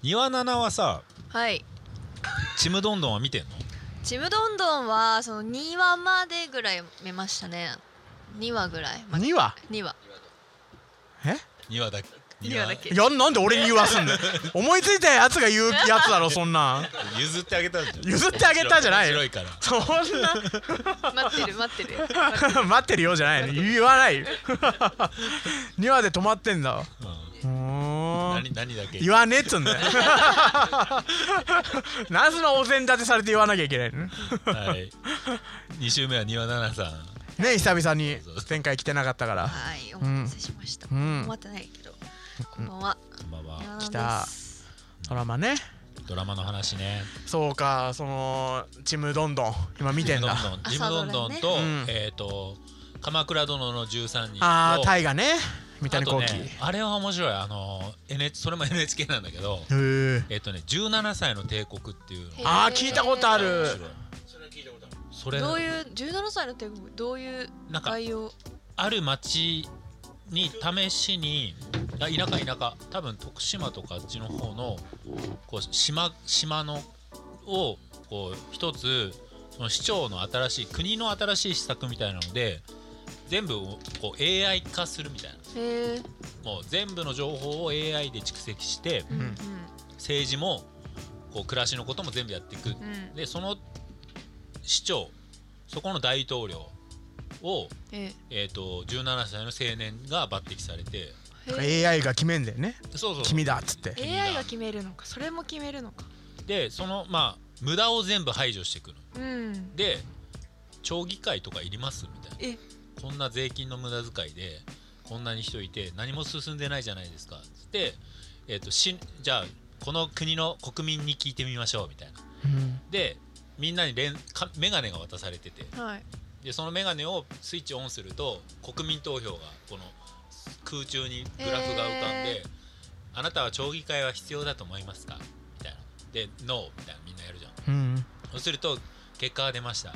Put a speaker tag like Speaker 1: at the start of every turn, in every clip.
Speaker 1: 庭七はさ
Speaker 2: はい
Speaker 1: ちむどんどんは見てんの
Speaker 2: ちむどんどんはその2話までぐらい見ましたね2話ぐらい、まあ、
Speaker 3: 2話
Speaker 2: 2話
Speaker 3: え
Speaker 1: 庭だ
Speaker 2: 庭だけ
Speaker 3: いやなんで俺に言わすんだよ思いついたやつが言うやつだろそんなん
Speaker 1: 譲ってあげたんじゃん
Speaker 3: 譲ってあげたんじゃないよ
Speaker 1: 面白いから
Speaker 3: そん
Speaker 2: 待ってる待ってる
Speaker 3: な待ってるよじゃないの言わないよ2話で止まってんだうーん
Speaker 1: 何何だけ
Speaker 3: 言わねえっつうんだよなぜのお膳立てされて言わなきゃいけないのね
Speaker 1: はい二週目は庭七さん
Speaker 3: ね久々に
Speaker 1: そうそう
Speaker 3: 前回来てなかったから
Speaker 2: はいお待たせしました、
Speaker 3: うん
Speaker 2: 待ってないけどこんばんは、
Speaker 1: こんばんは
Speaker 2: 山田
Speaker 3: 来た
Speaker 2: です
Speaker 3: ドラマね
Speaker 1: ドラマの話ね
Speaker 3: そうかそのちむどんどん今見てん
Speaker 1: ど
Speaker 3: だ
Speaker 1: んどんちむどんどんと、
Speaker 3: 朝ドラね
Speaker 1: えっ、と鎌倉殿の十三人と
Speaker 3: ああ大河ね三谷
Speaker 1: あと
Speaker 3: 幸
Speaker 1: ね
Speaker 3: 喜
Speaker 1: あれは面白いあの NH それも NHK なんだけど
Speaker 3: へえ
Speaker 1: えっ、とね17歳の帝国っていうの
Speaker 2: へ
Speaker 1: が
Speaker 3: あー聞いたことある
Speaker 1: 面白いそれ
Speaker 2: どういう17歳の天国どういう
Speaker 1: なんか
Speaker 2: 概要
Speaker 1: ある町に試しにあ田舎田舎多分徳島とかあっちの方のこう島島のをこう一つその市長の新しい国の新しい施策みたいなので全部をこう AI 化するみたいな
Speaker 2: へえ
Speaker 1: もう全部の情報を AI で蓄積して
Speaker 2: うんうんん
Speaker 1: 政治もこう暮らしのことも全部やっていく
Speaker 2: うん
Speaker 1: でその市長そこの大統領を、
Speaker 2: え
Speaker 1: えー、と17歳の青年が抜擢されて
Speaker 2: え
Speaker 3: AI が決めんだよね
Speaker 1: そうそう
Speaker 3: 君だっつって
Speaker 1: え
Speaker 2: AI が決めるのかそれも決めるのか
Speaker 1: でそのまあ無駄を全部排除していくの
Speaker 2: うん
Speaker 1: で町議会とかいりますみたい
Speaker 2: え
Speaker 1: なこんな税金の無駄遣いでこんなに人いて何も進んでないじゃないですかつって、えー、としじゃあこの国の国民に聞いてみましょうみたいな
Speaker 3: うん
Speaker 1: でみんなにレンか眼鏡が渡されてて
Speaker 2: はい
Speaker 1: でその眼鏡をスイッチオンすると国民投票がこの空中にグラフが浮かんで、
Speaker 2: へ
Speaker 1: あなたは町議会は必要だと思いますかみたいなで「NO」みたいなみんなやるじゃん
Speaker 3: うん
Speaker 1: そうすると結果が出ました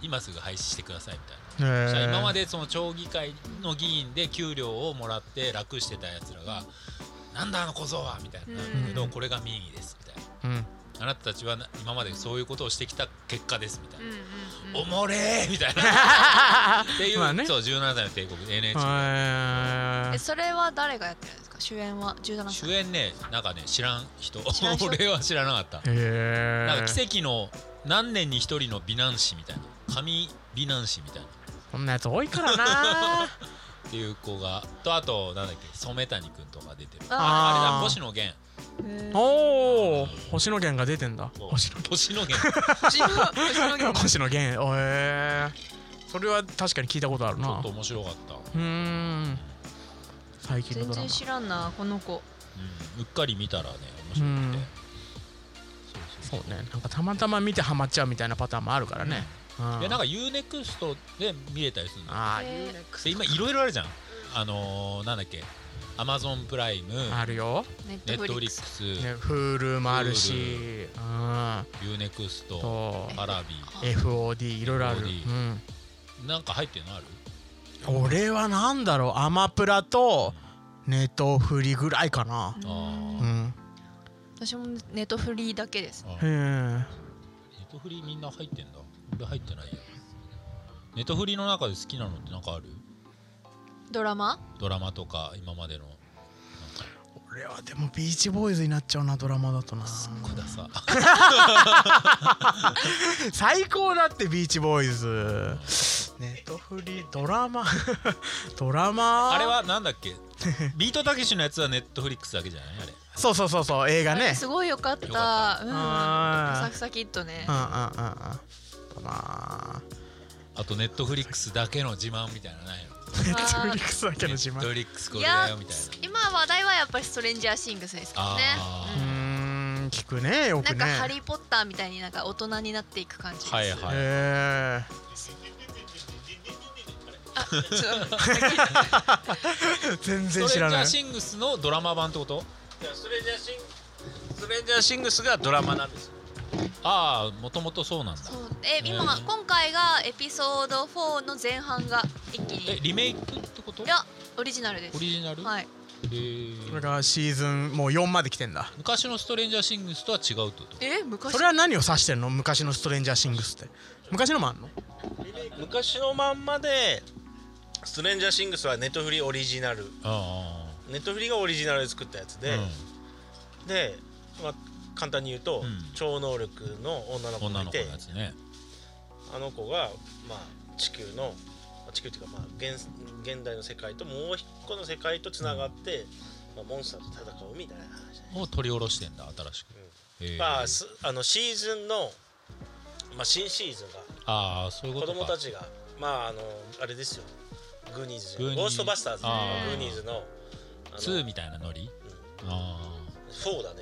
Speaker 1: 今すぐ廃止してくださいみたい
Speaker 3: へ
Speaker 1: な、じゃあ
Speaker 3: え
Speaker 1: 今までその町議会の議員で給料をもらって楽してたやつらが「なんだあの小僧は」みたいになるけど、
Speaker 2: うん
Speaker 1: これが民意ですみたいな
Speaker 3: うん
Speaker 1: あなたたちはな今までそういうことをしてきた結果ですみたいな
Speaker 2: う、んうん
Speaker 1: おもれーみたいなっていう、
Speaker 3: まあね
Speaker 1: そう17歳の帝国 NHK
Speaker 2: うん
Speaker 3: へ
Speaker 2: え
Speaker 3: え
Speaker 2: それは誰がやってるんですか主演は17歳
Speaker 1: 主演ねなんかね知らん人
Speaker 2: 知らん人
Speaker 1: 俺は知らなかった、
Speaker 3: へ
Speaker 1: なん
Speaker 3: え
Speaker 1: か奇跡の何年に一人の美男子みたいな神美男子みたいな
Speaker 3: こんなやつ多いか らな
Speaker 1: っていう子がとあとなんだっけ染谷君とか出てる
Speaker 2: あ
Speaker 1: あれ
Speaker 3: あー
Speaker 1: だ星野源
Speaker 2: へー
Speaker 3: おお星野源が出てんだ
Speaker 1: そう
Speaker 3: 星野
Speaker 1: 星野 源
Speaker 2: 星野源
Speaker 3: 源星野源おえそれは確かに聞いたことある
Speaker 1: ちょ
Speaker 3: な
Speaker 1: っと面白かった、
Speaker 3: うーん最近の
Speaker 2: 全
Speaker 3: ドラ
Speaker 2: 然
Speaker 3: マ
Speaker 2: 知らんなこの子
Speaker 1: うん、うっかり見たらね面白くて、
Speaker 3: うん
Speaker 1: そ
Speaker 3: そう
Speaker 1: そう
Speaker 3: うねなんかたまたま見てハマっちゃうみたいなパターンもあるからねうん
Speaker 1: でなんか UNEXT で見れたりするの
Speaker 3: あ
Speaker 2: へ
Speaker 3: ー
Speaker 2: ー
Speaker 1: で今いろいろあるじゃんあのー、なんだっけ Amazon プライム
Speaker 3: あるよ
Speaker 2: ネッ
Speaker 1: ネ
Speaker 2: ト
Speaker 1: ッ
Speaker 2: フ
Speaker 1: トフ
Speaker 2: リ
Speaker 1: リ
Speaker 2: ッ
Speaker 1: ッ
Speaker 2: ク
Speaker 1: ク
Speaker 2: ス
Speaker 1: ス、
Speaker 3: ね Hulu もあるしうん
Speaker 1: ユーネクスト、
Speaker 3: と
Speaker 1: アラビ
Speaker 3: FOD いろいろある
Speaker 1: FOD
Speaker 3: うん
Speaker 1: なんか入ってんのある
Speaker 3: 俺はなんだろうアマプラとネトフリぐらいかな
Speaker 2: う
Speaker 1: あ
Speaker 3: うんん
Speaker 2: 私もネットフリーだけです
Speaker 1: あ
Speaker 3: へ
Speaker 1: ネ
Speaker 3: え
Speaker 1: ットフリみんな入ってんだ。俺入ってないや。ネットフリの中で好きなのってなんかある
Speaker 2: ドラマ
Speaker 1: ドラマとか今までの。なんか
Speaker 3: 俺はでもビーチボーイズになっちゃうなドラマだとな
Speaker 1: くださ。
Speaker 3: 最高だってビーチボーイズネットフリドラマ ドラマ
Speaker 1: あれはなんだっけビートたけしのやつはネットフリックスだけじゃないあれ。
Speaker 3: そうそうそうそう映画ね
Speaker 2: すごいよかっ
Speaker 1: よか
Speaker 2: たうん
Speaker 3: あー
Speaker 2: 浅草キッドね
Speaker 3: うんうんうんうんまあ
Speaker 1: あとネットフリックスだけの自慢みたいなのないの
Speaker 3: ネットフリックスだけの
Speaker 1: ネ
Speaker 3: 自
Speaker 1: ッ
Speaker 3: 慢
Speaker 1: ト
Speaker 3: う
Speaker 1: フリックスこ
Speaker 2: い
Speaker 1: れ
Speaker 2: や
Speaker 1: だよみたいな。
Speaker 2: 今話題はやっぱりストレンジャーシングスですけどね
Speaker 1: あー
Speaker 3: ーん聞くねよ
Speaker 2: うん
Speaker 3: く
Speaker 2: な
Speaker 3: ね
Speaker 2: んかハリーポッターみたいになんか大人になっていく感じです
Speaker 1: はいはい。
Speaker 3: へ
Speaker 2: あちょっと
Speaker 3: え全
Speaker 1: ストレ
Speaker 3: 然
Speaker 1: ンジ
Speaker 3: 知ら
Speaker 1: ャ
Speaker 3: な
Speaker 1: ー
Speaker 3: い
Speaker 1: シングスのドラマ版ってこと
Speaker 4: いやストレンジャーシンストレンジャーシングスがドラマなんですよ
Speaker 1: ああ、もともとそうなんだ。
Speaker 2: そうえ
Speaker 1: うん
Speaker 2: 今今回がエピソード4の前半が一気に
Speaker 1: え、リメイクってこと
Speaker 2: いやオリジナルです
Speaker 1: オリジナル
Speaker 2: はい
Speaker 1: へー
Speaker 3: それがシーズンもう4まで来てんだ
Speaker 1: 昔のストレンジャーシングスとは違うってこと
Speaker 2: え昔
Speaker 3: それは何を指してんの昔のストレンジャーシングスって昔のもあんの
Speaker 4: 昔のまんまでストレンジャーシングスはネットフリオリジナル
Speaker 1: あ
Speaker 4: ネットフリがオリジナルで作ったやつ
Speaker 1: あ、う
Speaker 4: で、で、まあ、簡単に言うと、
Speaker 1: うん
Speaker 4: 超能力の女の子
Speaker 1: ん、女
Speaker 4: がい
Speaker 1: の子
Speaker 4: て
Speaker 1: のやつね
Speaker 4: あの子が、まあ、地球のまあ地球っていうか、まあ、現現代の世界ともう一個の世界とつながって、まあ、モンスターと戦うみたいな話だね
Speaker 1: を取り下ろしてんだ新しく、へー
Speaker 4: まあ、すあのシーズンの、まあ、新シーズンが
Speaker 1: ああそういうこ
Speaker 4: 子
Speaker 1: とか
Speaker 4: 供たちがまああのあれですよグーニーズじゃ
Speaker 1: グーニ
Speaker 4: ない
Speaker 1: ー
Speaker 4: ゴーストバスターズ
Speaker 1: あ
Speaker 2: ー
Speaker 4: グーニーズのあの
Speaker 1: 2みたいなノリあ
Speaker 4: 4だね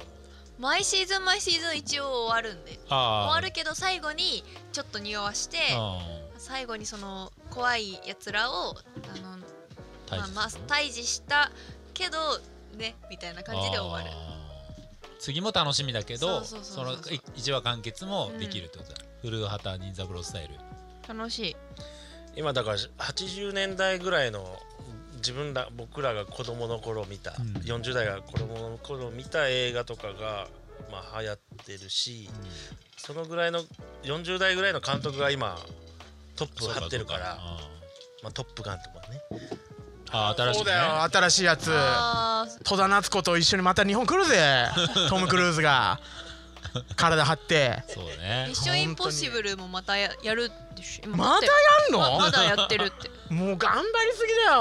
Speaker 4: も
Speaker 2: 毎シーズン毎シーズン一応終わるんで
Speaker 1: ーあ
Speaker 2: 終わる
Speaker 1: け
Speaker 2: けど最後にちょっと匂わして最後にその怖いやつらをあのまあまあ退治したけどねみたいな感じで終わる
Speaker 1: 次も楽しみだけど
Speaker 2: そう
Speaker 1: そ
Speaker 2: そうそう
Speaker 1: の
Speaker 2: そう
Speaker 1: い一話完結もできるってことだ、古畑任三郎スタイル
Speaker 2: 楽しいう
Speaker 4: 今だから80年代ぐらいの自分ら僕らが子供の頃見た、
Speaker 1: うん
Speaker 4: 40代が子供の頃見た映画とかがまあ流行ってるし、そのぐらいの40代ぐらいの監督が今トップを張ってるからまあ、トップガンとかね
Speaker 1: あーあー新しい、ね、
Speaker 3: そうだよ新しいやつ
Speaker 2: あー
Speaker 3: 戸田夏子と一緒にまた日本来る ぜトム・クルーズが体張って
Speaker 1: そうね
Speaker 2: ミッションインポッシブルもまたややるでしょ今
Speaker 3: またやんの
Speaker 2: ままだやってるって
Speaker 3: もう頑張りすぎだ
Speaker 2: 頑
Speaker 3: よ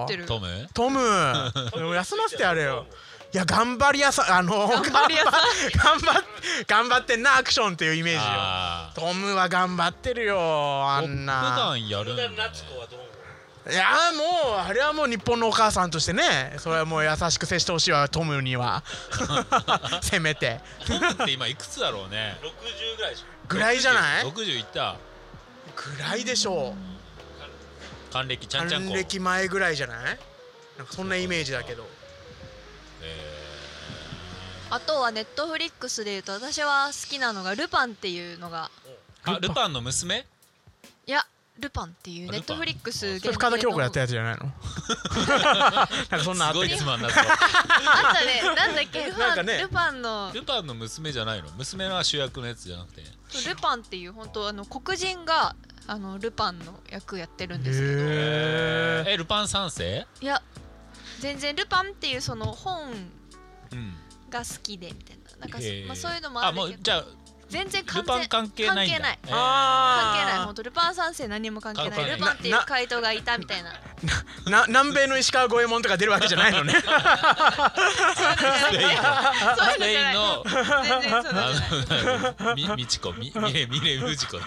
Speaker 2: 張ってる
Speaker 1: トム
Speaker 3: トム休ませてやれよいや頑張り屋さんあの頑張り頑張っ頑張ってんなアクションっていうイメージよ
Speaker 1: あー
Speaker 3: トムは頑張ってるよあんな
Speaker 1: トップガンやるんだね
Speaker 4: 夏子はどう思う
Speaker 3: いやもうあれはもう日本のお母さんとしてねそれはもう優しく接してほしいわトムにはせめて
Speaker 1: トムって今いくつだろうね
Speaker 4: 60ぐらいでしょ
Speaker 3: ぐらいじゃないぐ
Speaker 1: ?60 いった
Speaker 3: らいでしょう
Speaker 1: 還暦ちゃんちゃん
Speaker 3: 還
Speaker 1: こ
Speaker 3: 暦前ぐらいじゃないなんかそんなイメージだけど
Speaker 1: え
Speaker 2: あとはネットフリックスで言うと私は好きなのが「ルパン」っていうのが
Speaker 1: ーあルパンの娘
Speaker 2: いやルパンっていう
Speaker 1: あ
Speaker 2: ネッ
Speaker 1: ルパ
Speaker 2: ト
Speaker 1: ン
Speaker 2: フリックス
Speaker 3: それ深田恭子やったやつじゃないのなんかそんな
Speaker 1: す
Speaker 3: あった
Speaker 1: ご
Speaker 3: け
Speaker 1: い
Speaker 3: ど
Speaker 1: つまんなそ
Speaker 2: あったねなんだっけル
Speaker 3: な
Speaker 2: パ
Speaker 3: んか
Speaker 2: ン、
Speaker 3: ね
Speaker 2: ルパンの
Speaker 1: うルパンの娘じゃないの娘は主役のやつじゃなくて
Speaker 2: ルパンっていう本当あの黒人があのルパンの役やってるんですけど
Speaker 3: へえ
Speaker 1: えルパン三世
Speaker 2: いや全然ルパンっていうその本
Speaker 1: うん
Speaker 2: が好きでみたいななんか、
Speaker 1: へー
Speaker 2: まあ、そういうのもある
Speaker 1: もう
Speaker 2: けど
Speaker 1: じゃあ
Speaker 2: 全然完
Speaker 1: ルパン
Speaker 2: 全関
Speaker 1: 関係ないんだ
Speaker 2: 関係ない
Speaker 1: えー
Speaker 3: あ
Speaker 2: 係ない
Speaker 3: ー
Speaker 2: 本当ルパン三世何も関係な
Speaker 1: 関係
Speaker 2: い
Speaker 1: ない
Speaker 2: ルパンっていう怪盗がいた みたいな
Speaker 3: な南米の石川五右衛門とか出るわけじゃないのね
Speaker 2: そういうのじゃ
Speaker 1: スペイ
Speaker 2: な
Speaker 1: ン
Speaker 2: い
Speaker 1: の
Speaker 2: 全然そういうのじゃない
Speaker 1: あのみみちこみみれみれむじこだ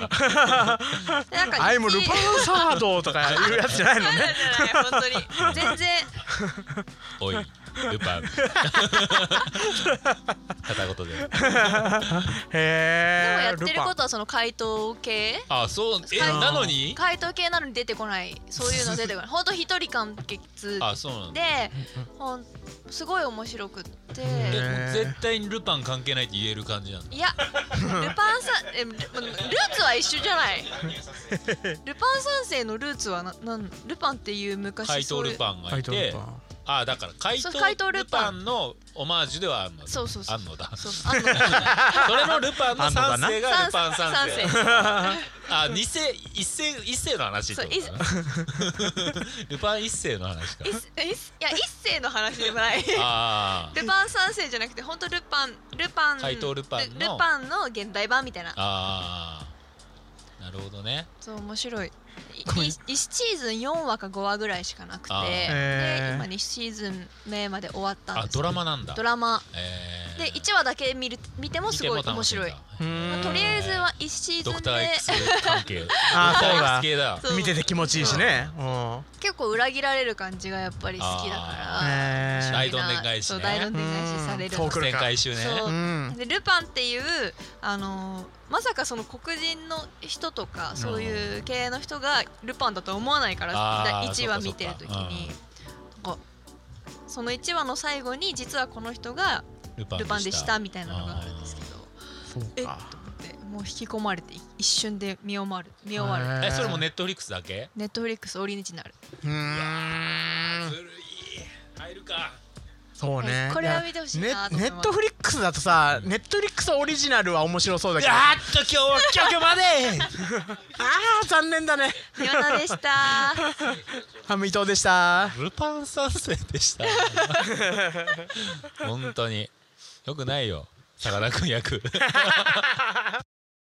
Speaker 2: なんか
Speaker 3: アイムルパンサードとかいうやつじゃないの
Speaker 2: そういうの
Speaker 3: ね
Speaker 2: じゃない本当に全然
Speaker 1: おいルパン片言で
Speaker 3: へえ
Speaker 2: でもやってることはその怪盗系
Speaker 1: あそうえ
Speaker 2: はい
Speaker 1: なのに
Speaker 2: 怪盗系なのに出てこないそういうの出て こないほんと一人完結
Speaker 1: あそうなん
Speaker 2: で
Speaker 1: だ
Speaker 2: ほんすごい面白くって
Speaker 1: え
Speaker 3: へ
Speaker 1: もう絶対にルパン関係ないって言える感じなんだ
Speaker 2: いやルパンさ んえルルーツは一緒じゃないルパン三世のルーツはななんルパンっていう昔
Speaker 1: 怪
Speaker 2: そ
Speaker 1: 盗
Speaker 2: うい
Speaker 1: ル
Speaker 2: う
Speaker 1: パンが
Speaker 3: タ
Speaker 1: い
Speaker 3: イトル
Speaker 1: て
Speaker 3: とか
Speaker 1: あだから怪
Speaker 2: そう怪
Speaker 1: 盗
Speaker 2: 盗
Speaker 1: ル
Speaker 2: ル
Speaker 1: パ
Speaker 2: パン
Speaker 1: ンのオマージュではあんのだ
Speaker 2: そうそうそう
Speaker 1: あんのだ
Speaker 2: そうあんのかな
Speaker 1: それのルパンの三世がルパン三
Speaker 2: 三
Speaker 1: 世
Speaker 2: 世
Speaker 1: あ二世一世一世の話ってことかな ルパン一世の話か
Speaker 2: 一世一世いや一世の話でもないル
Speaker 1: あー
Speaker 2: パン三世じゃなくて本当ルパンルパン
Speaker 1: 怪盗ルパンの
Speaker 2: ルルパンの現代版みたいな
Speaker 1: あーなるほどね
Speaker 2: そう面白いい
Speaker 3: ごめん
Speaker 2: い1シーズン4話か5話ぐらいしかなくて
Speaker 1: あー
Speaker 3: へ
Speaker 2: で
Speaker 3: ー
Speaker 2: 今2シーズン目まで終わったん
Speaker 1: あ
Speaker 2: です
Speaker 1: ドラマなんだ
Speaker 2: ドラマ
Speaker 1: えー
Speaker 2: で1話だけ見る見てもすごい
Speaker 1: 見て
Speaker 2: 面白い
Speaker 1: 楽し
Speaker 3: う
Speaker 1: みだ
Speaker 3: ーん
Speaker 2: とりあえずは1シーズ
Speaker 1: ド
Speaker 2: ン
Speaker 1: ク
Speaker 2: で
Speaker 1: ター X 関 係
Speaker 3: あーそうだ
Speaker 1: X 系だ
Speaker 2: そう
Speaker 3: 見てて気持ちいいしねうん
Speaker 2: 結構裏切られる感じがやっぱり好きだから
Speaker 3: へー
Speaker 1: 大どんでん返しね
Speaker 2: そう大どんでん返しされる
Speaker 3: うんそう来
Speaker 1: 前
Speaker 3: るか
Speaker 1: 回週ね
Speaker 2: そう
Speaker 3: うん
Speaker 2: でルパンっていうあのーまさかその黒人の人とかそういう系の人がルパンだとは思わないから
Speaker 1: あー
Speaker 2: 1話見てる時になんかその1話の最後に実はこの人が
Speaker 1: ルパ
Speaker 2: ルパンでしたみたいなのがあるんですけど
Speaker 3: そう
Speaker 2: えっ
Speaker 3: か
Speaker 2: と思ってもう引き込まれて一瞬で見終わる見終わる
Speaker 3: へ
Speaker 1: えそれもネットフリックスだけ
Speaker 2: ネットフリックスオリジナル
Speaker 3: うーん
Speaker 1: ずるい会えるか
Speaker 3: そうね
Speaker 2: これは見てほしいなと思
Speaker 3: ねネ
Speaker 2: います
Speaker 3: ットフリックスだとさネットフリックスオリジナルは面白そうだけど
Speaker 1: やっと今日は曲まで
Speaker 3: あー残念だね
Speaker 2: ヨナでした。
Speaker 3: ハム伊藤でした
Speaker 1: ルパン三世で した本当によくないよさかなクン役